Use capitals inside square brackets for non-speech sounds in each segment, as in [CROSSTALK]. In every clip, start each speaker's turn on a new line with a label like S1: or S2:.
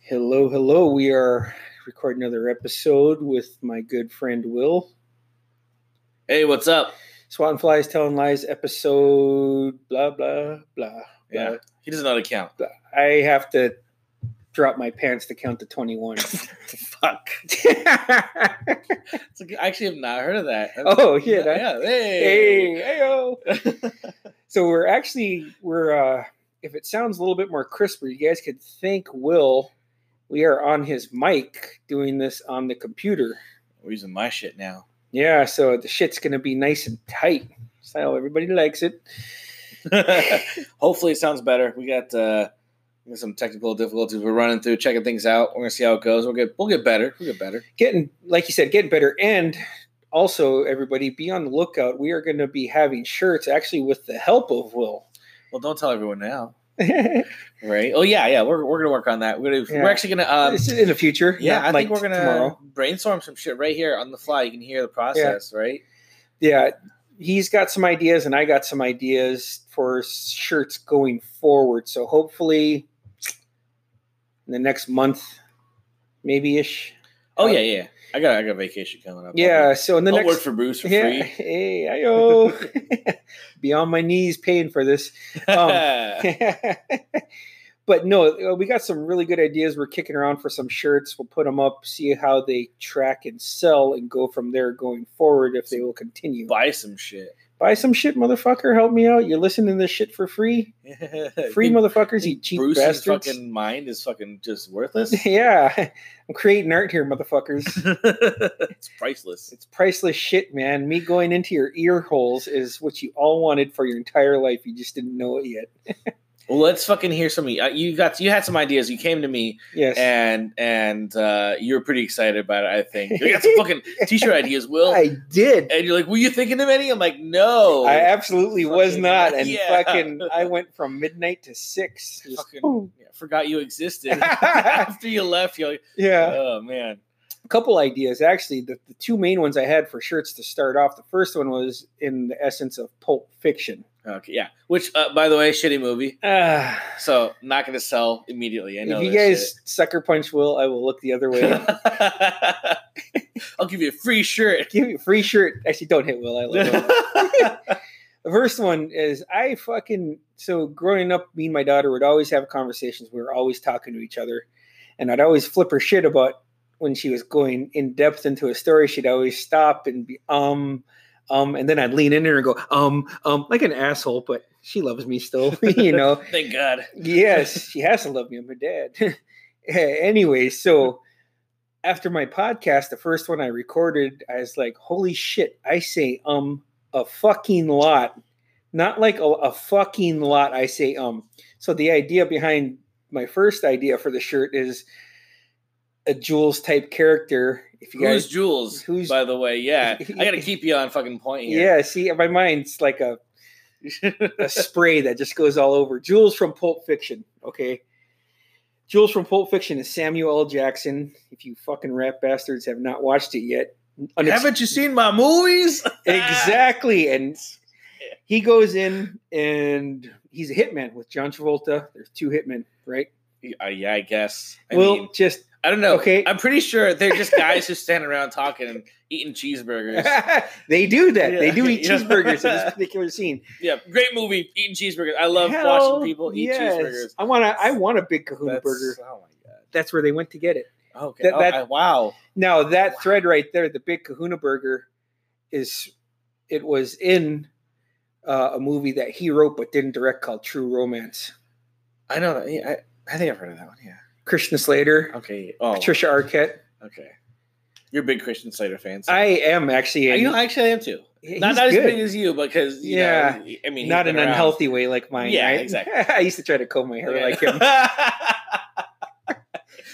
S1: Hello, hello. We are recording another episode with my good friend Will.
S2: Hey, what's up?
S1: Swat and Flies Telling Lies episode blah blah blah. blah.
S2: Yeah. Uh, He does not [LAUGHS] account.
S1: I have to drop my pants to count to 21.
S2: Fuck. It's like- I actually have not heard of that.
S1: oh yeah, that,
S2: yeah. Hey.
S1: hey, hey [LAUGHS] So we're actually we're uh if it sounds a little bit more crisper, you guys could thank Will. We are on his mic doing this on the computer.
S2: We're using my shit [LAUGHS] now.
S1: Yeah, so the shit's gonna be nice and tight. So everybody likes it.
S2: Hopefully, it sounds better. We got uh, we got some technical difficulties. We're running through, checking things out. We're gonna see how it goes. We'll get we'll get better. We'll get better.
S1: Getting like you said, getting better. And also, everybody, be on the lookout. We are gonna be having shirts actually with the help of Will. [LAUGHS]
S2: Well, don't tell everyone now,
S1: it's
S2: right? Oh yeah, yeah. We're, we're gonna work on that. We're gonna,
S1: Yeah.
S2: we're actually gonna um,
S1: in the future.
S2: yeah.
S1: not
S2: I
S1: like
S2: think we're gonna
S1: tomorrow.
S2: brainstorm some shit right here on the fly. You can hear the process, right?
S1: yeah he's got some ideas and i got some ideas for shirts going forward so hopefully in the next month maybe ish
S2: Oh
S1: Uh,
S2: yeah, yeah. I got I got vacation coming up.
S1: yeah so in the
S2: I'll
S1: next
S2: work for Bruce for
S1: [LAUGHS] yeah
S2: free.
S1: hey ayo [LAUGHS] be on my knees paying for this Um,
S2: [LAUGHS]
S1: [LAUGHS] but no uh, we got some really good ideas we're kicking around for some shirts we'll put them up see how they track and sell and go from there going forward if they will continue
S2: Buy some shit.
S1: buy some shit motherfucker help me out you're listening to this shit for free [LAUGHS] Free
S2: Think-
S1: motherfuckers, you
S2: think
S1: cheap
S2: Bruce's
S1: bastards.
S2: fucking mind is fucking just worthless.
S1: [LAUGHS] yeah, [LAUGHS] I'm creating art here,
S2: [LAUGHS]
S1: motherfuckers.
S2: it's priceless.
S1: it's priceless shit, man. Me going into your ear holes is what you all wanted for your entire life. You just didn't know it yet.
S2: Well, let's fucking hear some. uh, You got you had some ideas. You came to me
S1: Yes.
S2: and and uh, you were pretty excited about it. I think you got
S1: [LAUGHS]
S2: some fucking t-shirt ideas, Will.
S1: I did.
S2: and you're like, were you thinking of any? I'm like, no.
S1: I absolutely was
S2: Oh, Fucking-
S1: not. And
S2: yeah. [LAUGHS]
S1: fucking, I went from midnight to six. Just,
S2: Fucking-
S1: boom.
S2: Yeah, forgot you existed. [LAUGHS] After you left, you're like,
S1: [LAUGHS] yeah.
S2: oh man.
S1: A couple ideas, actually. The, the two main ones I had for shirts to start off. The first one was in the essence of Pulp
S2: [SIGHS]
S1: Fiction.
S2: Okay, yeah. Which, uh, by the way, shitty movie.
S1: Ah.
S2: So not going to sell immediately. I know.
S1: if you
S2: that
S1: guys
S2: shit.
S1: sucker punch Will, I will look the other way.
S2: [LAUGHS] I'll give you a free shirt.
S1: Give me a free shirt. Actually, don't hit
S2: [LAUGHS]
S1: Will. I love Will.
S2: yeah,
S1: the first one is I fucking so growing up, me and my daughter would always have conversations. We were always talking to each other, and I'd always flip her shit about when she was going in depth into a story. She'd always stop and be um. Um, and then I'd lean in her and go, um, um, like an asshole, but she loves me still, [LAUGHS] you know.
S2: [LAUGHS] thank God.
S1: yes, she has to love me. I'm her dad. [LAUGHS] anyway, so after my podcast, the first one I recorded, I was like, holy shit, I say um a fucking lot. Not like a, a fucking lot, I say um. So the idea behind my first idea for the shirt is a Jules type character. If you
S2: Who's
S1: guys
S2: Jules?
S1: who's-
S2: by the
S1: [LAUGHS]
S2: way? Yeah, I got to keep you on fucking point here.
S1: Yeah, see in my mind's like a
S2: [LAUGHS]
S1: a spray that just goes all over. Jules from Pulp Fiction, okay? Jules from Pulp Fiction is Samuel L. Jackson. If you fucking rap bastards have not watched it yet, unex- [LAUGHS]
S2: Haven't you seen my movies?
S1: exactly. And he goes in and he's a hitman with John Travolta. There's two hitmen, right?
S2: [LAUGHS] Uh, yeah, I guess. I
S1: well,
S2: mean,
S1: just
S2: I don't know.
S1: okay.
S2: I'm pretty sure they're just guys who stand around talking and
S1: [LAUGHS]
S2: eating cheeseburgers.
S1: they do that. They do
S2: Yeah,
S1: eat
S2: [LAUGHS] yeah.
S1: cheeseburgers in this particular scene.
S2: yeah, great movie. Eating cheeseburgers. I love
S1: Hell
S2: watching people eat
S1: yes.
S2: cheeseburgers.
S1: I want to. I want a big Kahuna
S2: That's-
S1: burger.
S2: Oh my
S1: That's where they went to get it.
S2: god. Okay.
S1: That-
S2: oh,
S1: that-
S2: I- wow.
S1: Now that
S2: Wow.
S1: thread right there, the big Kahuna burger, is it was in uh, a movie that he wrote but didn't direct called True Romance.
S2: I know that. Yeah, I, I think I've heard of that one. Yeah.
S1: Christian Slater,
S2: Okay. Oh.
S1: Patricia Arquette.
S2: Okay. You're a big Christian Slater fan. so-
S1: I am actually a,
S2: you know, actually, I am too.
S1: he's
S2: Not, not as
S1: good.
S2: big as you, because you
S1: Yeah.
S2: Know, I mean, he's
S1: not
S2: been
S1: an
S2: around.
S1: unhealthy way like mine.
S2: Yeah,
S1: right?
S2: exactly.
S1: [LAUGHS] I used to try to comb my hair like him.
S2: [LAUGHS]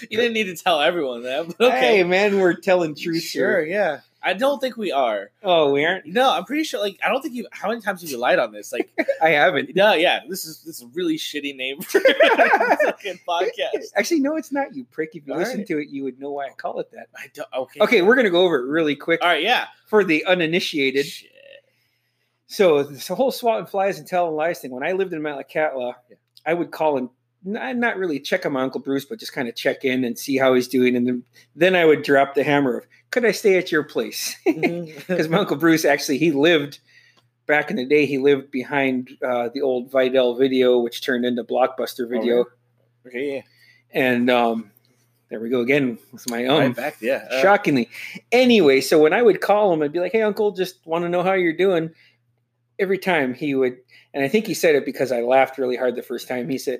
S2: you didn't need to tell everyone that. But okay.
S1: Hey man, we're telling truth
S2: sure.
S1: here.
S2: Yeah. I don't think we are.
S1: Oh, we aren't.
S2: No, I'm pretty sure. Like, I don't think you. How many times have you lied on this? Like, [LAUGHS]
S1: I haven't.
S2: no, yeah. This is this is a really shitty name for [LAUGHS] a fucking podcast.
S1: Actually, no, it's not you, prick. If you
S2: All
S1: listen
S2: right.
S1: to it, you would know why I call it that.
S2: I don't. Okay.
S1: Okay, we're gonna go over it really quick
S2: All right. Yeah.
S1: for the uninitiated. [LAUGHS]
S2: Shit. [LAUGHS]
S1: So this whole swatting flies and telling lies thing. When I lived in Metlakatla, I would call and not, not really check on my Uncle Bruce, but just kind of check in and see how he's doing. And then, then I would drop the hammer of, could I stay at your place? [LAUGHS] Because my Uncle Bruce actually, he lived back in the day, he lived behind uh, the old Vidal video, which turned into Blockbuster video.
S2: okay, yeah.
S1: And um, there we go again with my own.
S2: right back, yeah. Uh,
S1: Shockingly. Anyway, so when I would call him, I'd be like, "Hey, Uncle, just want to know how you're doing." Every time he would, and I think he said it because I laughed really hard the first time. He said,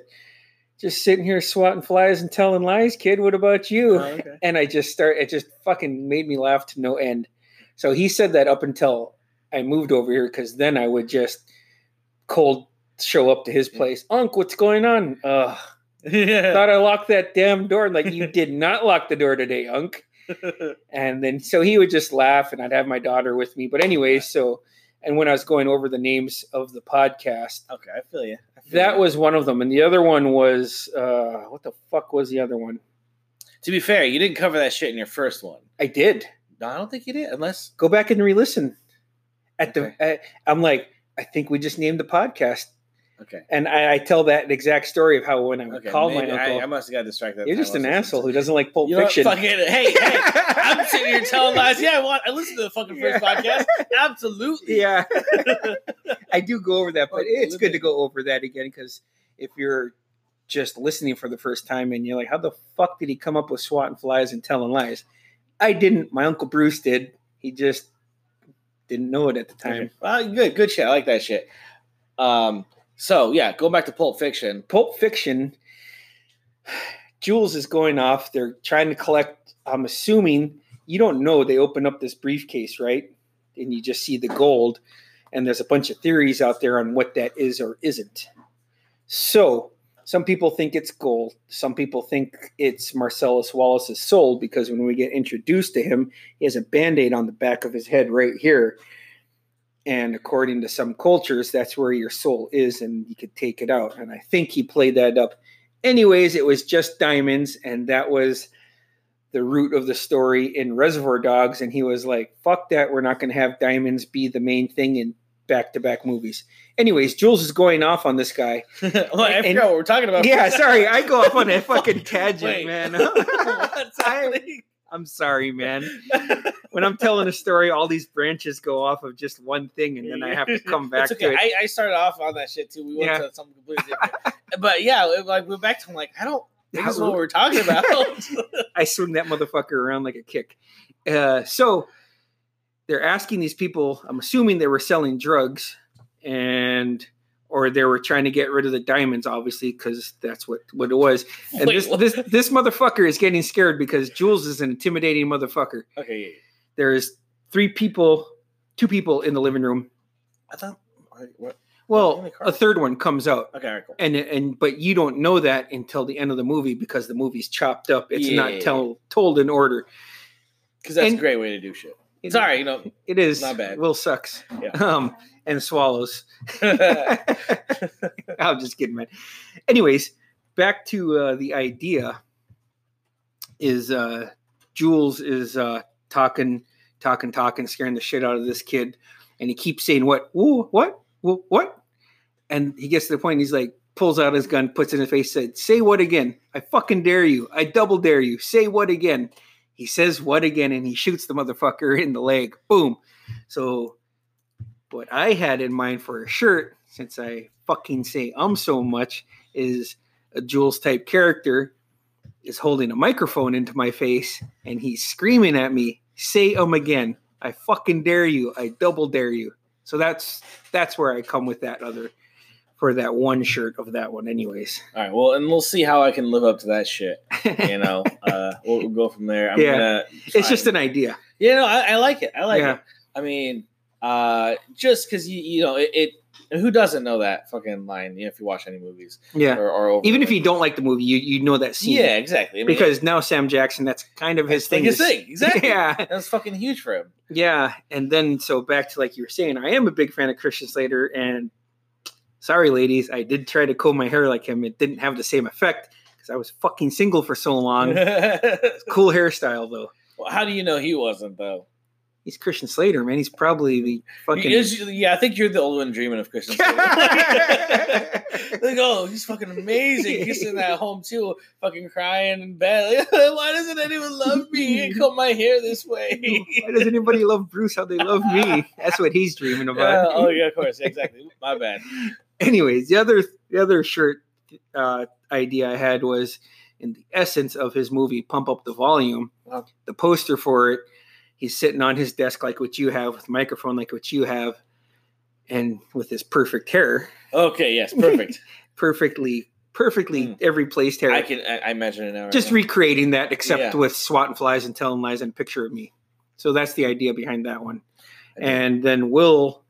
S1: "Just sitting here swatting flies and telling lies, kid. What about
S2: oh,
S1: you?"
S2: okay. [LAUGHS]
S1: And I just start. It just fucking made me laugh to no end. So he said that up until I moved over here, because then I would just cold show up to his place. Unc, what's going on? Ugh.
S2: yeah.
S1: Thought I locked that damn door. And
S2: [LAUGHS]
S1: like, you did not lock the door today, Unc. And then so he would just laugh and I'd have my daughter with me. But anyway, so and when I was going over the names of the podcast,
S2: okay, I feel you. I feel
S1: that
S2: ya.
S1: was one of them. And the other one was uh what the fuck was the other one?
S2: To be fair, you didn't cover that shit in your first one.
S1: I did.
S2: No, I don't think you did, unless
S1: Go back and re-listen. At the I, I'm like, I think we just named the podcast.
S2: okay.
S1: And I, I tell that exact story of how when I would
S2: Okay,
S1: call
S2: maybe
S1: my uncle,
S2: I, I must have got distracted.
S1: you're just an asshole who doesn't like pulp
S2: You know, what?
S1: fiction.
S2: fucking,
S1: [LAUGHS]
S2: hey, hey, I'm sitting here telling lies. Yeah, I, want, I listened to the fucking first
S1: Yeah.
S2: podcast. [LAUGHS] Absolutely.
S1: yeah [LAUGHS] i do go over that but
S2: Fucking
S1: it's good to
S2: living.
S1: go over that again because if you're just listening for the first time and you're like how the fuck did he come up with swatting flies and telling lies i didn't my uncle bruce did he just didn't know it at the time
S2: Okay. Well, good, good shit. I like that shit. Um, so yeah, going back to Pulp Fiction. [LAUGHS]
S1: pulp fiction jules is going off they're trying to collect i'm assuming you don't know they open up this briefcase right and you just see the gold and there's a bunch of theories out there on what that is or isn't so some people think it's gold some people think it's marcellus wallace's soul because when we get introduced to him he has a band-aid on the back of his head right here and according to some cultures that's where your soul is and you could take it out and i think he played that up anyways it was just diamonds and that was the root of the story in reservoir dogs and he was like fuck that we're not going to have diamonds be the main thing in back-to-back movies anyways jules is going off on this
S2: [LAUGHS]
S1: guy
S2: well, I
S1: And-
S2: forgot what we're talking about.
S1: yeah
S2: [LAUGHS]
S1: sorry [LAUGHS] i go off on a fucking
S2: Wait.
S1: tangent
S2: [LAUGHS]
S1: man [LAUGHS]
S2: What's happening?
S1: i'm sorry man when i'm telling a story all these branches go off of just one thing and then i have to
S2: [LAUGHS]
S1: come back
S2: It's okay.
S1: to it
S2: I, I started off on that shit too. We went
S1: Yeah.
S2: to something completely different. [LAUGHS] but yeah, it- like we're back to I'm like I don't. This is what
S1: [LAUGHS]
S2: we're talking about.
S1: I swing that motherfucker around like a kick. Uh, so they're asking these people. I'm assuming they were selling drugs, and or they were trying to get rid of the diamonds, obviously, because that's what what it was. And
S2: Wait,
S1: this
S2: what?
S1: this this motherfucker is getting scared because Jules is an intimidating motherfucker.
S2: okay. yeah, yeah.
S1: There's three people, two people in the living room.
S2: I thought. What?
S1: Well, a third one comes out.
S2: Okay. All right, cool.
S1: and and but you don't know that until the end of the movie because the movie's chopped up. It's
S2: Yeah.
S1: not tell, told in order.
S2: Because that's
S1: and-
S2: a great way to do shit.
S1: It-
S2: Sorry,
S1: [LAUGHS]
S2: you know. [LAUGHS]
S1: it is.
S2: not bad.
S1: Will sucks.
S2: Yeah.
S1: Um, and swallows.
S2: yeah.
S1: [LAUGHS] I'm just kidding, man. Anyways, back to uh, the idea. Is uh, Jules is uh, talking, talking, talking, scaring the shit out of this kid, and he keeps saying what, Whoa, what, Whoa, what, and he gets to the point. He's like, pulls out his gun, puts it in his face, said, "Say what again? I fucking dare you! I double dare you! Say what again?" He says what again, and he shoots the motherfucker [LAUGHS] in the leg. Boom. So what I had in mind for a shirt, since I fucking say um so much, is a Jules type character is holding a microphone into my face and he's screaming at me, say um again. I fucking dare you. I double dare you. So that's that's where I come with that other for that one shirt of that one, anyways.
S2: All right. Well, and we'll see how I can live up to that shit.
S1: [LAUGHS]
S2: You know, uh, we'll, we'll go from there. I'm
S1: Yeah.
S2: gonna.
S1: it's just
S2: try-
S1: an idea.
S2: You know, I, I like it. I like
S1: Yeah.
S2: it. I mean, uh, just because you you know it, it. Who doesn't know that fucking line? You know, if you watch any movies
S1: Yeah.
S2: or, or over
S1: Even if you don't like the movie, you, you know that scene.
S2: Yeah, exactly. I mean,
S1: Because now Sam Jackson, that's kind of his
S2: it's like
S1: thing.
S2: his
S1: is-
S2: thing.
S1: [LAUGHS]
S2: Exactly.
S1: Yeah.
S2: That's fucking huge for him.
S1: Yeah, and then so back to like you were saying, I am a big fan of Christian Slater, and sorry, ladies, I did try to comb my hair like him. It didn't have the same effect because I was fucking single for so long.
S2: [LAUGHS] well,
S1: cool hairstyle though.
S2: how do you know he wasn't though?
S1: He's Christian Slater, man. He's probably the fucking. [LAUGHS]
S2: He is- yeah, I think you're the old one dreaming of Christian Slater. [LAUGHS] like, oh, he's fucking amazing. He's sitting at home too, fucking crying in bed. [LAUGHS] Like, Why doesn't anyone love me and comb my hair this
S1: [LAUGHS]
S2: [LAUGHS] way?
S1: Why does anybody love Bruce how they love me? That's what he's dreaming
S2: [LAUGHS] Yeah,
S1: about.
S2: oh yeah, of course, exactly. My bad.
S1: Anyways, the other the other shirt uh, idea I had was in the essence of his movie Pump Up the Volume.
S2: Wow.
S1: The poster for it, he's sitting on his desk like what you have, with a microphone like what you have, and with his perfect hair,
S2: Okay,
S1: [LAUGHS]
S2: yes, perfect.
S1: perfectly, perfectly
S2: Mm.
S1: every placed hair.
S2: I can I, I imagine it now. right
S1: just
S2: now.
S1: recreating that, except
S2: Yeah.
S1: with swat and flies and telling lies and a picture of me. So that's the idea behind that one.
S2: Okay.
S1: And then Will,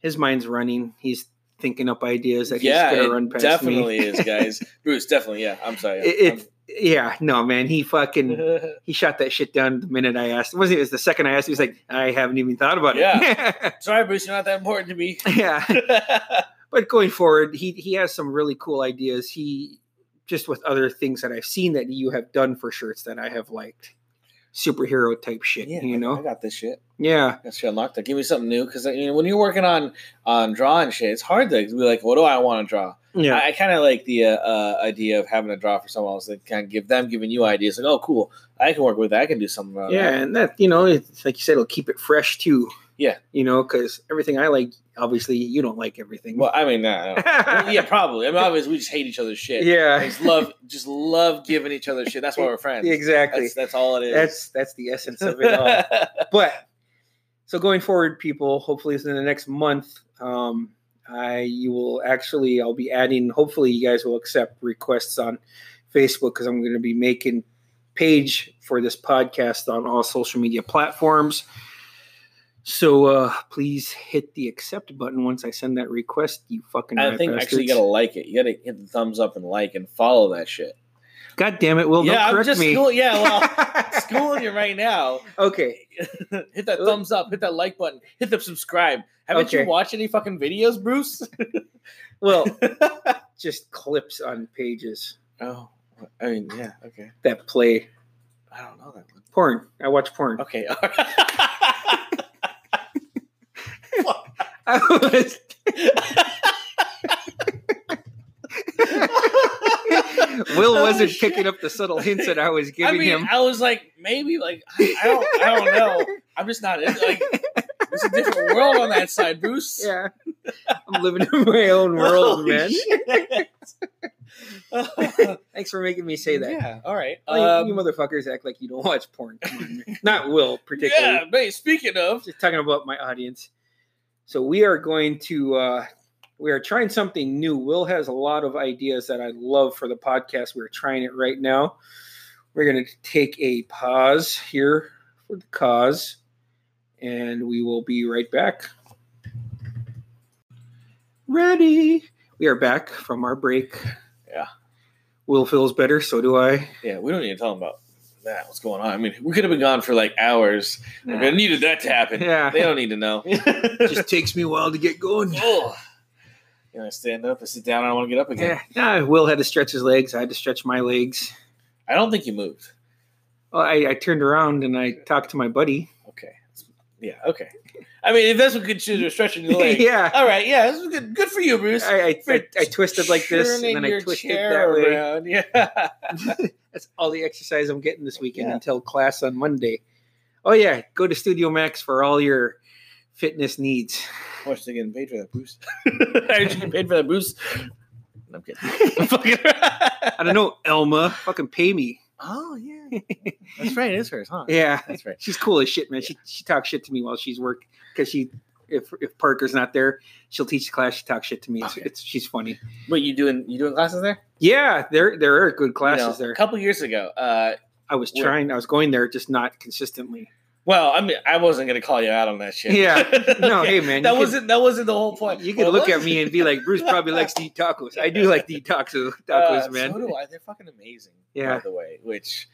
S1: his mind's running. He's thinking up ideas that
S2: yeah,
S1: he's going
S2: it
S1: to run past me.
S2: definitely is,
S1: [LAUGHS]
S2: guys. Bruce, definitely. Yeah, I'm sorry.
S1: It, it, yeah, no, man. He fucking
S2: I'm- [LAUGHS]
S1: he shot that shit down the minute I asked. Wasn't it? it was the second I asked. He was like, I haven't even thought about it.
S2: sorry, Bruce, you're not that important to me.
S1: Yeah, [LAUGHS] yeah. but going forward, he he has some really cool ideas. He just with other things that I've seen that you have done for shirts that I have liked, superhero type shit.
S2: Yeah,
S1: you
S2: I
S1: know,
S2: got this shit.
S1: yeah,
S2: I got shit unlocked. Like, give me something new because you know, when you're working on on drawing shit, it's hard to be like, what do I want to draw?
S1: yeah,
S2: I, I kind of like the uh, uh, idea of having a draw for someone else that kind of give them giving you ideas. Like, oh, cool, I can work with that. I can do something. About
S1: yeah.
S2: that.
S1: And that you know, it's like you said, it'll keep it fresh too.
S2: Yeah.
S1: you know, because everything I like, obviously, you don't like everything. [LAUGHS]
S2: Well, I mean, nah, nah. Well, yeah, probably. I mean, obviously, we just hate each other's shit.
S1: yeah,
S2: just love, just love giving each other shit. That's why we're
S1: [LAUGHS]
S2: friends.
S1: exactly.
S2: That's, that's all it is. [LAUGHS]
S1: That's that's the essence of it [LAUGHS] all. but so going forward, people, hopefully within the next month, um, I you will actually I'll be adding. Hopefully, you guys will accept requests on Facebook because I'm going to be making page for this podcast on all social media platforms. So uh, please hit the accept button once I send that request. You fucking
S2: I
S1: rat
S2: think actually you
S1: bastards.
S2: gotta like it. You gotta hit the thumbs up and like and follow that shit.
S1: God damn it, Will!
S2: yeah,
S1: don't
S2: I'm
S1: correct
S2: just
S1: me.
S2: school. Yeah, well, schooling you right now.
S1: [LAUGHS]
S2: [LAUGHS]
S1: okay,
S2: hit that thumbs up. Hit that like button. Hit the subscribe. Haven't you
S1: Okay.
S2: watched any fucking videos, Bruce? [LAUGHS]
S1: well, just clips on pages
S2: Oh, I mean, yeah, okay.
S1: that play
S2: I don't know that one.
S1: porn. I watch porn.
S2: Okay, all right.
S1: [LAUGHS]
S2: [LAUGHS]
S1: I was, [LAUGHS] Will wasn't picking up the [LAUGHS] subtle hints that I was
S2: I
S1: giving
S2: mean,
S1: him.
S2: I was like, maybe, like, I, I don't, I don't know. I'm just not in. Like, there's a different world on that side, Bruce.
S1: [LAUGHS] Yeah, I'm living in my own world,
S2: [LAUGHS] Holy
S1: man.
S2: [LAUGHS] shit.
S1: Thanks for making me say that.
S2: Yeah. All right.
S1: All you-
S2: Um,
S1: Oh, you motherfuckers act like you don't watch porn. Come on, man. Not Will, particularly.
S2: [LAUGHS] yeah, but speaking of,
S1: Just talking about my audience. So we are going to uh, we are trying something new. Will has a lot of ideas that I love for the podcast. We're trying it right now. We're going to take a pause here for the cause, and we will be right back. Ready? We are back from our break.
S2: Yeah.
S1: Will feels better. So do I.
S2: yeah, we don't need to tell them about that. What's going on? I mean, we could have been gone for like hours. I mean, I needed that to happen.
S1: Yeah.
S2: [LAUGHS] They don't need
S1: [LAUGHS]
S2: to know.
S1: Just takes me a while to get going.
S2: oh. You know, I stand up, I sit down, I don't want to get up again.
S1: Yeah, nah, Will had to stretch his legs. I had to stretch my legs.
S2: I don't think you moved.
S1: Well, I, I turned around and I talked to my
S2: [LAUGHS]
S1: buddy.
S2: Okay. Yeah, okay. I mean, if that's what good shit
S1: [LAUGHS]
S2: stretching your leg.
S1: yeah,
S2: All right, yeah, this is good. Good for you, Bruce.
S1: I, I, I, I twisted like this and then I
S2: Turning your
S1: twisted that
S2: chair
S1: way.
S2: around, Yeah. [LAUGHS]
S1: That's all the exercise I'm getting this weekend
S2: Yeah.
S1: until class on Monday. Oh yeah, go to Studio Max for all your fitness needs.
S2: How much they getting paid for that, Bruce? [LAUGHS] Are you getting paid for that, Bruce? I'm kidding. [LAUGHS] I'm fucking-
S1: I don't know, [LAUGHS] Elma, fucking pay me.
S2: oh
S1: [LAUGHS]
S2: yeah, that's right. It is hers, huh?
S1: Yeah, [LAUGHS]
S2: that's right.
S1: she's cool as shit, man. She she talks shit to me while she's work because she. If, if Parker's not there, she'll teach the class. She talks shit to me. It's,
S2: Okay.
S1: it's she's funny.
S2: Wait, you doing you doing classes there?
S1: Yeah, there there are good
S2: You know,
S1: classes there.
S2: A couple years ago, uh,
S1: I was
S2: Where?
S1: trying. I was going there, just not consistently.
S2: well, I mean, I wasn't gonna call you out on that shit. [LAUGHS]
S1: Yeah. No,
S2: Okay.
S1: hey man,
S2: that
S1: you
S2: wasn't that wasn't the whole point.
S1: Could, you
S2: What
S1: could look
S2: was-
S1: at
S2: [LAUGHS]
S1: me and be like, Bruce probably likes to eat tacos. I do like to eat tacos, tacos,
S2: Uh,
S1: man. [LAUGHS]
S2: So do I. They're fucking amazing.
S1: Yeah.
S2: By the way, which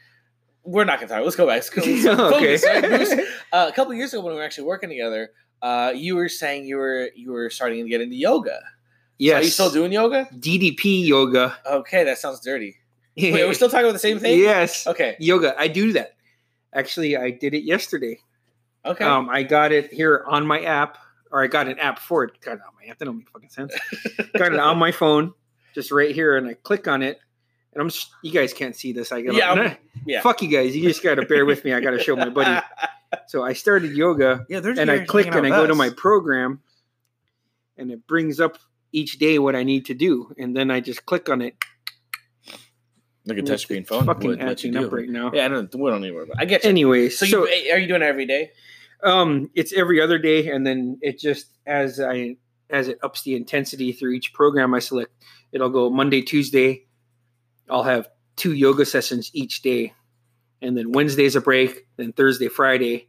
S2: we're not gonna talk. Let's go
S1: [LAUGHS]
S2: back. Let's go. Let's
S1: okay.
S2: focus,
S1: [LAUGHS]
S2: right, Bruce? Uh, a couple years ago, when we were actually working together, uh, you were saying you were you were starting to get into yoga.
S1: yes.
S2: Are you still doing yoga?
S1: DDP yoga?
S2: Okay, that sounds
S1: [LAUGHS]
S2: dirty. Wait, are we still talking about the same thing?
S1: Yes.
S2: Okay.
S1: Yoga. I do that. Actually, I did it yesterday.
S2: Okay.
S1: Um, I got it here on my app, or I got an app for it. Got it on my app. That don't make fucking
S2: [LAUGHS]
S1: sense. got it on my phone, just right here, and I click on it. And I'm just, you guys can't see this. I got [LAUGHS]
S2: Yeah, I'm- yeah.
S1: Fuck you guys. You just gotta bear with me. I gotta show my buddy. So I started yoga,
S2: [LAUGHS] yeah, they're
S1: and I click and I go to my program, and it brings up each day what I need to do, and then I just click on it.
S2: Look
S1: and
S2: at
S1: it's-
S2: touchscreen
S1: it's
S2: phone.
S1: Fucking
S2: would let you
S1: acting
S2: do
S1: up
S2: it.
S1: right now.
S2: Yeah, I don't. We don't need to worry about. It. I get you.
S1: Anyway,
S2: so,
S1: so,
S2: you are you doing it every day?
S1: um it's every other day and then it just as i as it ups the intensity through each program i select it'll go monday tuesday i'll have two yoga sessions each day and then wednesday's a break then thursday friday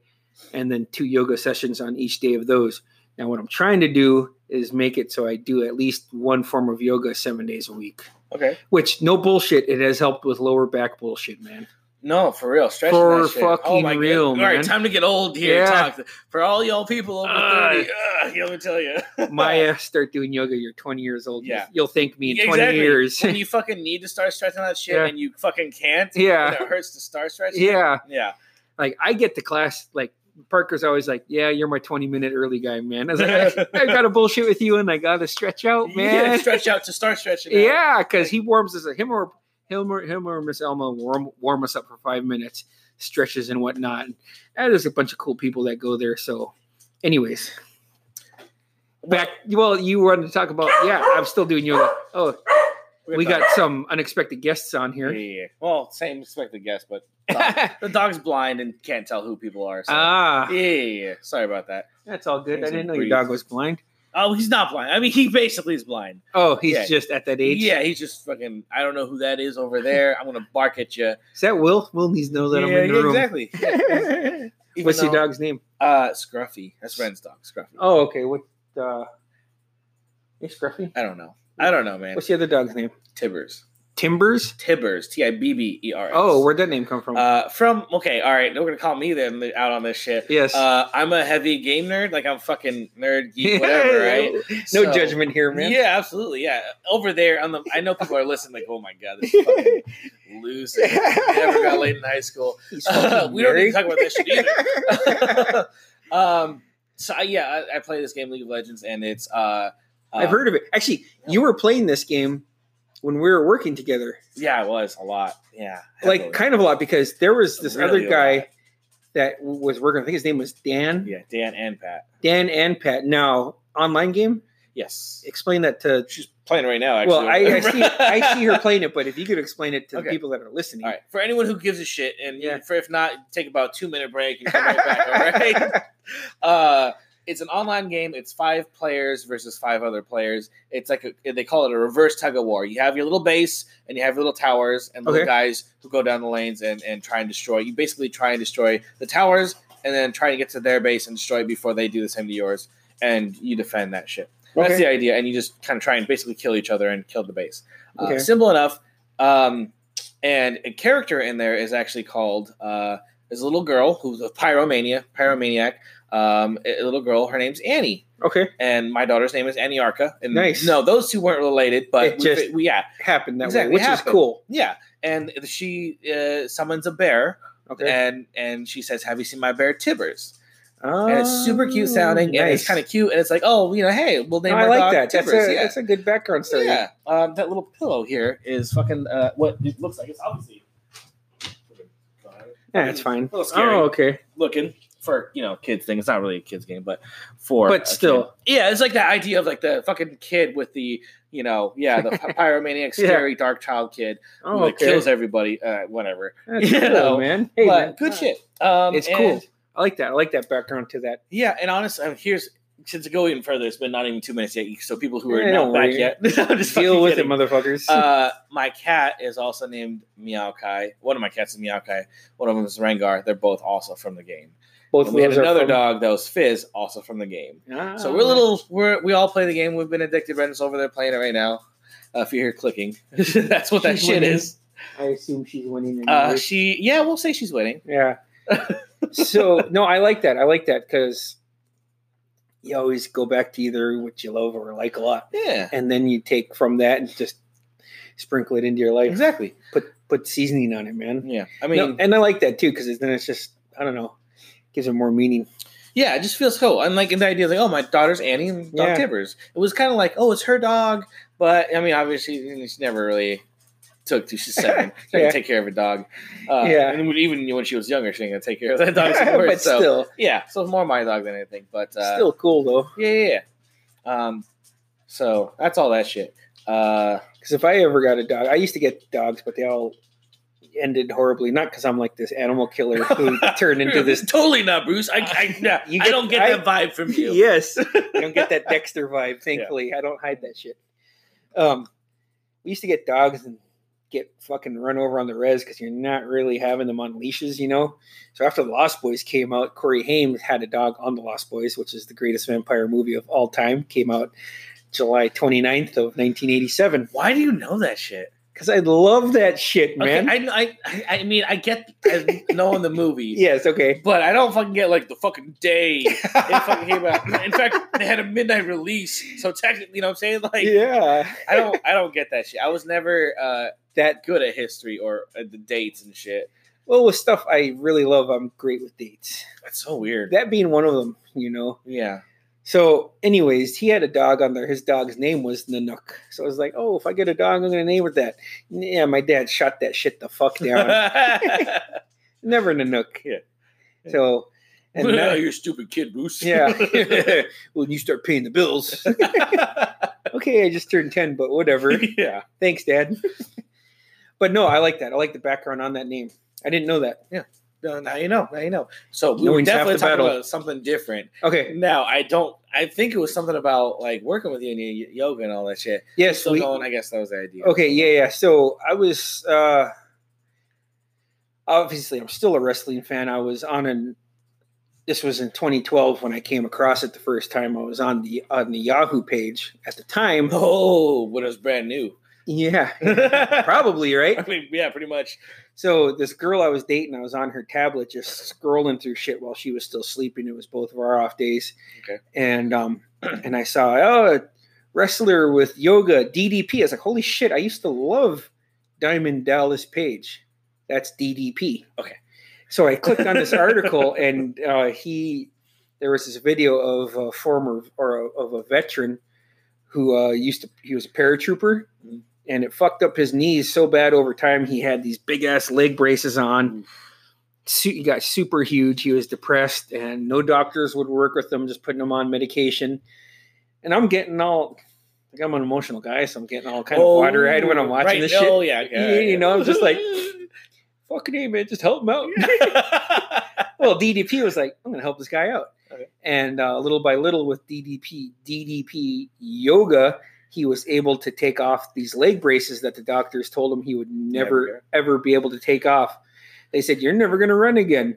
S1: and then two yoga sessions on each day of those now what i'm trying to do is make it so i do at least one form of yoga seven days a week
S2: Okay.
S1: which no bullshit it has helped with lower back bullshit
S2: [LAUGHS]
S1: man
S2: No, for real. Stretching
S1: For
S2: that shit. oh
S1: fucking
S2: my
S1: real,
S2: God. All right,
S1: man.
S2: time to get old here.
S1: Yeah.
S2: Talk for all y'all people over
S1: Uh,
S2: thirty. Uh, let me tell [LAUGHS] you,
S1: maya start doing yoga you're 20 years old
S2: Yeah.
S1: you'll thank me in
S2: Yeah,
S1: 20
S2: exactly.
S1: years
S2: when you fucking need to start stretching that shit
S1: Yeah.
S2: and you fucking can't.
S1: Yeah. [LAUGHS]
S2: and it hurts to start stretching.
S1: Yeah.
S2: yeah.
S1: Like I get to class, like Parker's always like, Yeah, you're my 20 minute early guy, man. I was like, [LAUGHS] I, I gotta bullshit with you and I gotta stretch out,
S2: Yeah,
S1: Oh, man.
S2: stretch out to start stretching. out.
S1: [LAUGHS] Yeah, because he warms us up. Him or him or him or Miss Elma warm warm us up for five minutes, stretches and whatnot. And there's a bunch of cool people that go there. So anyways. Back well, you wanted to talk about yeah, I'm still doing yoga. Oh,
S2: We're
S1: we
S2: done.
S1: got some unexpected guests on [LAUGHS]
S2: Yeah,
S1: here.
S2: yeah, yeah. Well, same expected guess, but dog- the dog's blind and can't tell who people are.
S1: [LAUGHS]
S2: So.
S1: ah,
S2: yeah, yeah, yeah. Sorry about that.
S1: that's all good. I
S2: Things
S1: didn't know
S2: breathe.
S1: your dog was blind.
S2: Oh, he's not blind. I mean, he basically is blind.
S1: Oh, he's
S2: Yeah.
S1: just at that age.
S2: Yeah, he's just fucking. I don't know who that is over there. I'm gonna bark at you.
S1: Is that Will? Will needs to know that I'm
S2: yeah,
S1: in the
S2: yeah,
S1: room.
S2: exactly. Even
S1: What's your
S2: though-
S1: dog's name?
S2: Uh, Scruffy. That's Ren's dog. Scruffy.
S1: Oh, okay. What? Uh, hey, Scruffy.
S2: I don't know. I don't know, man.
S1: What's the other dog's name?
S2: Tibbers.
S1: Timbers.
S2: Tibbers. T i b b e r. S.
S1: Oh, where'd that name come from?
S2: Uh, from okay, all right. They're gonna call me then out on this shit.
S1: yes. [LAUGHS]
S2: Uh, I'm a heavy game nerd. Like I'm fucking nerd geek, whatever. right?
S1: No
S2: So-
S1: judgment here, man.
S2: Yeah, [LAUGHS] absolutely. Yeah, over there on the, I know people are listening. Like, oh my god, this
S1: [LAUGHS]
S2: fucking loser never got late in high school.
S1: He's fucking
S2: [LAUGHS] we don't
S1: married.
S2: need to talk about this shit
S1: [LAUGHS]
S2: either. [LAUGHS] um, so I, yeah, I, I play this game League of Legends, and it's uh, uh,
S1: I've heard of it. Actually, you were playing this game when we were working together,
S2: Yeah, it was a lot. Yeah,
S1: like
S2: heavily.
S1: kind of a lot, because there was this
S2: Really
S1: other
S2: a lot.
S1: guy that w- was working. I think his name was Dan.
S2: yeah, Dan and Pat.
S1: Dan and Pat. Now, online game.
S2: Yes,
S1: Explain that to
S2: she's playing right now. Actually,
S1: Well, I, I see I see her playing it, but if you could explain it to
S2: Okay.
S1: the people that are listening.
S2: [LAUGHS] All right, for anyone who gives a shit, and
S1: Yeah.
S2: for if not, take about two minute break and come
S1: [LAUGHS]
S2: right back. All [LAUGHS] right. Uh, it's an online game. It's five players versus five other players. It's like a, they call it a reverse tug of war. You have your little base and you have your little towers and little
S1: Okay.
S2: guys who go down the lanes and, and try and destroy. You basically try and destroy the towers and then try to get to their base and destroy it before they do the same to yours. And you defend that shit. That's
S1: Okay.
S2: the idea. And you just kind of try and basically kill each other and kill the base. Uh,
S1: Okay.
S2: Simple enough. Um, and a character in there is actually called uh, is a little girl who's a pyromania, pyromaniac. Um, a a little girl. Her name's Annie,
S1: Okay.
S2: and my daughter's name is Annie Arca. And
S1: Nice.
S2: No, those two weren't related, but
S1: It
S2: we,
S1: just-
S2: we- yeah,
S1: Happened that
S2: Exactly,
S1: way, which
S2: happened.
S1: is cool.
S2: yeah. And she uh, summons a bear,
S1: Okay.
S2: and and she says, "Have you seen my bear Tibbers?" and it's
S1: Oh,
S2: super cute sounding, and it's kind of cute, and it's like, oh, you know, hey, we'll name
S1: I
S2: our
S1: like
S2: dog
S1: that. That's
S2: Tibbers.
S1: a,
S2: yeah.
S1: that's a good background
S2: So
S1: story.
S2: yeah, um, that little pillow here is fucking uh, what it looks like. It's obviously
S1: Yeah, it's fine.
S2: A little scary.
S1: Oh, okay.
S2: looking for you know kids thing. It's not really a kids game, but for
S1: But
S2: a
S1: still.
S2: kid. yeah, it's like the idea of like the fucking kid with the you know yeah [LAUGHS] the py- pyromaniac scary dark child kid
S1: Oh,
S2: who like,
S1: okay.
S2: kills everybody. Uh, whatever,
S1: That's
S2: [LAUGHS] you
S1: cool,
S2: know,
S1: man. Hey,
S2: but
S1: man.
S2: good shit. Um,
S1: It's
S2: and-
S1: cool. I like that. I like that background to that.
S2: Yeah, and honestly, I mean, here's since go even further. It's been not even two minutes yet, so people who are
S1: Eh,
S2: not
S1: don't
S2: back
S1: worry.
S2: yet, [LAUGHS] I'm just
S1: Deal
S2: fucking
S1: with
S2: kidding.
S1: it, motherfuckers.
S2: Uh, my cat is also named Meowkai. One of my cats is Meowkai. One of them is Rengar. They're both also from the game.
S1: Both
S2: And we had
S1: wheels are
S2: another
S1: from-
S2: dog that was Fizz, also from the game.
S1: Ah,
S2: So we're a little, we're, we all play the game. We've been addicted. Brendan's over there playing it right now. Uh, if you hear clicking, [LAUGHS] that's what that
S1: She's
S2: shit
S1: winning.
S2: is.
S1: I assume she's winning.
S2: Uh,
S1: anyways.
S2: she, yeah, we'll say she's winning.
S1: Yeah. so no, I like that. I like that because you always go back to either what you love or like a lot,
S2: Yeah,
S1: and then you take from that and just sprinkle it into your life.
S2: exactly.
S1: Put put seasoning on it, man.
S2: Yeah, I
S1: I mean,
S2: mean,
S1: and I like that too because then it's just I don't know, gives it more meaning.
S2: Yeah, it just feels cool. And like in the idea, like, oh, my daughter's Annie and dog
S1: Yeah.
S2: Tibbers. It was kind of like, oh, it's her dog, but I mean, obviously, you know, she never really took to. She's
S1: [LAUGHS]
S2: seven. She didn't
S1: Yeah.
S2: take care of a dog. Uh,
S1: Yeah.
S2: and when- even when she was younger, she didn't take care of
S1: [LAUGHS]
S2: that dog's support.
S1: but
S2: so
S1: still,
S2: yeah, so it's more my dog than anything. But uh,
S1: still cool though.
S2: yeah, yeah, yeah. Um, so that's all that shit. Uh,
S1: Because if I ever got a dog, I used to get dogs, but they all ended horribly. Not because I'm like this animal killer who turned into this.
S2: [LAUGHS] totally not Bruce. I I, no,
S1: [LAUGHS] You
S2: I
S1: get-
S2: don't get
S1: I-
S2: that vibe
S1: [LAUGHS]
S2: from you.
S1: yes, I don't get
S2: [LAUGHS]
S1: that Dexter vibe. Thankfully, I don't hide that shit. Um, we used to get dogs and get fucking run over on the res because you're not really having them on leashes, you know. So after the Lost Boys came out, Corey Haim had a dog on the Lost Boys, which is the greatest vampire movie of all time. Came out July 29th of 1987.
S2: Why do you know that shit?
S1: Because I love that shit, man.
S2: Okay, I, I- I I mean I get I knowing the
S1: [LAUGHS]
S2: movie,
S1: Yes, okay.
S2: but I don't fucking get like the fucking
S1: [LAUGHS]
S2: day it fucking came out. In fact, they had a midnight release, so technically, you know what I'm saying? Like,
S1: yeah.
S2: I don't I don't get that shit. I was never uh,
S1: That
S2: good at history or at the dates and shit.
S1: well with stuff I really love, I'm great with dates.
S2: That's so weird.
S1: That being one of them, you know.
S2: yeah,
S1: So, anyways, he had a dog on there. His dog's name was Nanook. So I was like, oh, if I get a dog, I'm gonna name it that. Yeah, my dad shot that shit the fuck
S2: [LAUGHS]
S1: down. Never Nanook.
S2: Yeah.
S1: So and now,
S2: you're a stupid kid,
S1: [LAUGHS]
S2: Bruce.
S1: yeah. [LAUGHS] when you start paying the bills. okay, I just turned 10, but
S2: [LAUGHS]
S1: whatever.
S2: yeah.
S1: Thanks, Dad. but no, I like that. I like the background on that name. I didn't know that.
S2: No, now you know. Now you know. So we were
S1: Knowing's half
S2: definitely
S1: the
S2: talking
S1: battle.
S2: about something different.
S1: Okay.
S2: Now I don't. I think it was something about like working with you and your yoga and all that shit.
S1: Yes,
S2: Still
S1: we,
S2: going. I guess that was the idea.
S1: Okay, yeah, yeah. So I was uh obviously I'm still a wrestling fan. I was on an this was in 2012 when I came across it the first time. I was on the on the Yahoo page at the time.
S2: Oh, when it was brand new.
S1: Yeah, [LAUGHS]
S2: I
S1: probably right.
S2: mean, yeah, pretty much.
S1: So this girl I was dating, I was on her tablet just scrolling through shit while she was still sleeping. It was both of our off days.
S2: Okay.
S1: And um [CLEARS THROAT] and I saw oh wrestler with yoga DDP. I was like, holy shit, I used to love Diamond Dallas Page. That's DDP.
S2: Okay.
S1: So I clicked on
S2: [LAUGHS]
S1: this article and uh, he there was this video of a former or a, of a veteran who uh, used to he was a paratrooper
S2: Mhm.
S1: and it fucked up his knees so bad over time he had these big ass leg braces
S2: Mm.
S1: on Su- he got super huge he was depressed and no doctors would work with him just putting him on medication and i'm getting all like i'm an emotional guy so i'm getting all kind of water eyed when i'm watching
S2: right,
S1: this
S2: Oh, yeah. okay,
S1: You- you know, I'm just like- shit fucking hey man just help him out well, DDP was like, I'm going to help this guy out.
S2: Okay.
S1: And uh, little by little, with DDP, DDP yoga, he was able to take off these leg braces that the doctors told him he would never,
S2: Never.
S1: ever be able to take off. They said, You're never going to run again.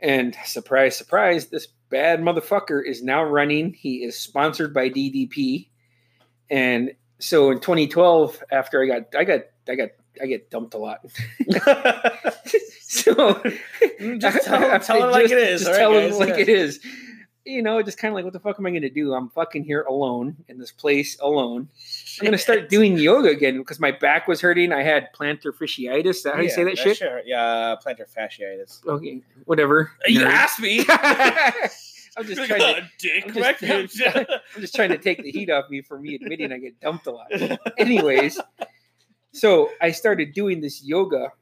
S1: And surprise, surprise, this bad motherfucker is now running. He is sponsored by DDP. And so in 2012, after I got, I got, I got, I get dumped a lot. [LAUGHS] so
S2: just tell, tell it
S1: [LAUGHS] [LAUGHS]
S2: like
S1: Just-
S2: it is.
S1: Just
S2: all right,
S1: tell it
S2: guys?
S1: like
S2: Yeah.
S1: it is. You know, just kind of like, what the fuck am I going to do? I'm fucking here alone in this place alone. I'm going to start doing yoga again because my back was hurting. I had plantar fasciitis. Is that how you
S2: Yeah,
S1: say that shit?
S2: Sure. Yeah, uh, plantar fasciitis.
S1: Okay, whatever.
S2: You
S1: Nerd. [LAUGHS]
S2: asked me. [LAUGHS]
S1: I'm just trying to.
S2: dick
S1: [LAUGHS] I'm just- I'm just trying to take the heat off me for me admitting I get dumped a lot. anyways so i started doing this yoga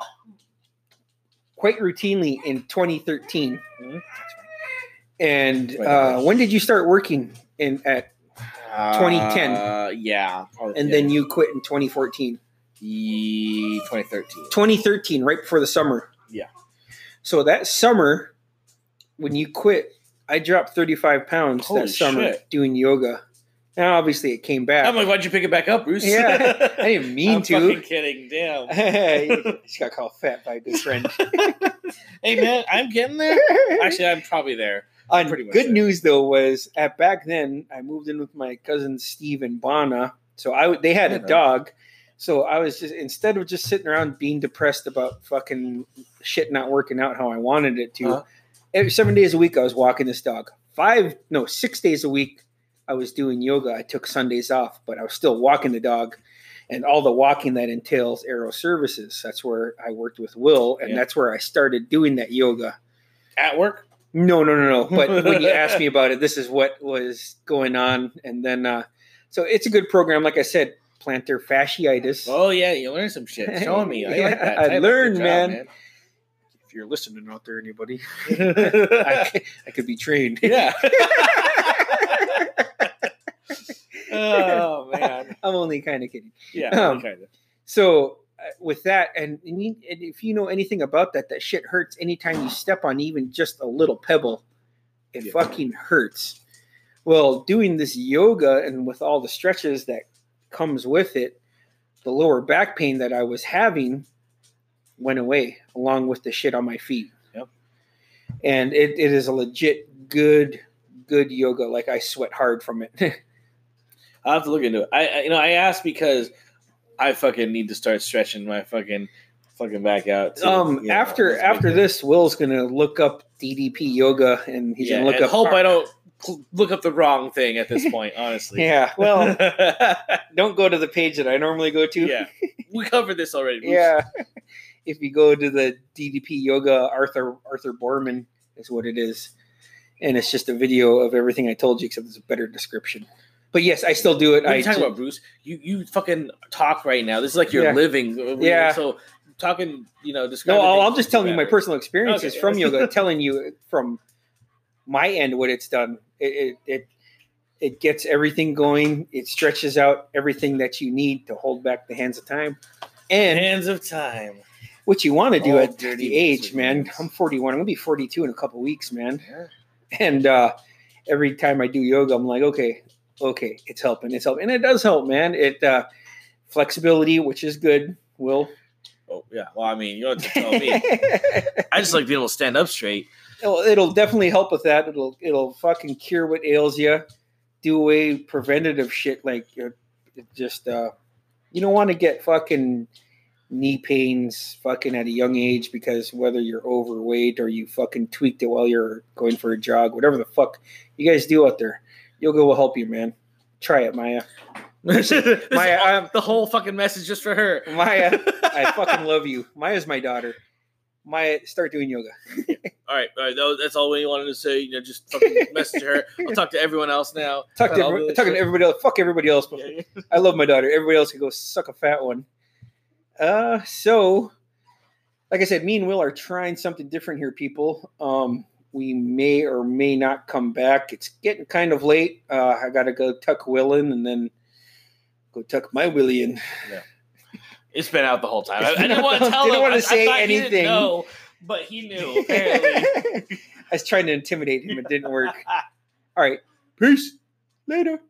S1: quite routinely in 2013
S2: Mhm.
S1: and
S2: Right.
S1: uh, when did you start working in at
S2: [LAUGHS]
S1: [LAUGHS] 2010.
S2: Uh, yeah. probably,
S1: and
S2: yeah.
S1: then you quit in 2014
S2: Ye- 2013.
S1: 2013 right before the summer
S2: Yeah.
S1: so that summer when you quit i dropped 35 pounds
S2: Holy
S1: that summer
S2: shit.
S1: doing yoga and obviously it came back
S2: I'm like, why'd you pick it back up,
S1: [LAUGHS]
S2: Bruce?
S1: Yeah. i didn't mean
S2: I'm fucking
S1: [LAUGHS] to
S2: kidding. Damn.
S1: just got called fat by a good
S2: [LAUGHS]
S1: friend
S2: Hey man, I'm getting there. Actually, I'm probably there.
S1: On
S2: Pretty much
S1: good
S2: it.
S1: news though was at back then I moved in with my cousin Steve and Bonna, so I w- they had a
S2: Yeah.
S1: dog, so I was just instead of just sitting around being depressed about fucking shit not working out how I wanted it to,
S2: Uh-huh.
S1: every seven days a week I was walking this dog. Five no six days a week I was doing yoga. I took Sundays off, but I was still walking the dog. And all the walking that entails aero services. That's where I worked with Will, and
S2: Yeah.
S1: that's where I started doing that yoga
S2: At work?
S1: No, no, no, no. But when you [LAUGHS] asked me about it, this is what was going on, and then uh, so it's a good program. Like I said, plantar fasciitis.
S2: Oh yeah, you learned some shit. Show me. I like that.
S1: I
S2: type. Good
S1: learned,
S2: job,
S1: man. if you're listening out there, anybody, I, [LAUGHS] c- I could be trained.
S2: yeah. [LAUGHS] oh man.
S1: [LAUGHS] I'm only kind of kidding.
S2: Yeah.
S1: Um,
S2: kind of.
S1: So uh, with that, and, and you- and if you know anything about that, that shit hurts anytime you step on even just a little pebble. It
S2: Yeah.
S1: fucking hurts. Well, doing this yoga and with all the stretches that comes with it, the lower back pain that I was having went away along with the shit on my feet.
S2: Yep.
S1: And it, it is a legit good, good yoga. Like I sweat hard from it. [LAUGHS]
S2: I'll have to look into it. I, I you know I asked because I fucking need to start stretching my fucking fucking back out. too,
S1: um
S2: you know,
S1: after
S2: that's a big
S1: after
S2: thing.
S1: this will's gonna look up ddp yoga and he's
S2: yeah,
S1: gonna look
S2: and
S1: up
S2: hope I don't cl- look up the wrong thing at this point.
S1: [LAUGHS]
S2: Honestly.
S1: yeah
S2: [LAUGHS]
S1: well
S2: Well.
S1: don't go to the page that i normally go to
S2: yeah. We covered this already. Oops.
S1: yeah [LAUGHS] if you go to the ddp yoga arthur arthur borman is what it is and it's just a video of everything i told you except it's a better description but yes i still do it
S2: What are
S1: i
S2: you talking
S1: ju-
S2: about, Bruce? You you fucking talk right now. This is like your
S1: Yeah.
S2: living.
S1: Yeah.
S2: So talking, you know, describe.
S1: no I'll, I'm just telling you my personal experiences
S2: Okay,
S1: from
S2: yes. [LAUGHS]
S1: yoga telling you from my end what it's done it, it it it gets everything going it stretches out everything that you need to hold back the hands of time and
S2: Hands of time.
S1: what you want to do
S2: All
S1: at
S2: dirty
S1: the age
S2: bits of
S1: man
S2: hands.
S1: i'm 41 i'm gonna be 42 in a couple weeks man
S2: Yeah.
S1: and uh every time i do yoga i'm like okay okay it's helping it's helping and it does help man it uh flexibility which is good will
S2: Oh yeah. Well, I mean, you don't have to
S1: [LAUGHS]
S2: tell me. I just like being able to stand up straight. [LAUGHS]
S1: it'll, it'll definitely help with that. It'll it'll fucking cure what ails you, do away preventative shit like you're it just uh, you don't want to get fucking knee pains fucking at a young age because whether you're overweight or you fucking tweaked it while you're going for a jog, whatever the fuck you guys do out there, yoga will help you, man. Try it, Maya.
S2: my,
S1: Maya, I'm,
S2: the whole fucking message just for her.
S1: Maya,
S2: [LAUGHS]
S1: I fucking love you. Maya's my daughter. Maya, start doing yoga.
S2: all right, all right. That was, that's all we wanted to say. You know,
S1: [LAUGHS]
S2: just fucking message her. I'll talk to everyone else now.
S1: Talk to,
S2: I'll do
S1: every,
S2: this
S1: talking to
S2: shit.
S1: everybody else. Fuck everybody else. But
S2: Yeah, yeah.
S1: I love my daughter. Everybody else can go suck a fat one. Uh, so, like I said, me and Will are trying something different here, people. Um, we may or may not come back. It's getting kind of late. Uh, I gotta go tuck Will in and then go tuck my Willie in.
S2: It's been out the whole time.
S1: It's
S2: I, I
S1: been
S2: didn't
S1: out
S2: want
S1: the [LAUGHS]
S2: to
S1: whole-
S2: tell
S1: didn't
S2: him.
S1: wanna
S2: I- I
S1: say
S2: thought he didn't
S1: anything.
S2: know, but he
S1: [LAUGHS]
S2: knew apparently.
S1: I was trying to intimidate him. It didn't work. All right, peace. Later.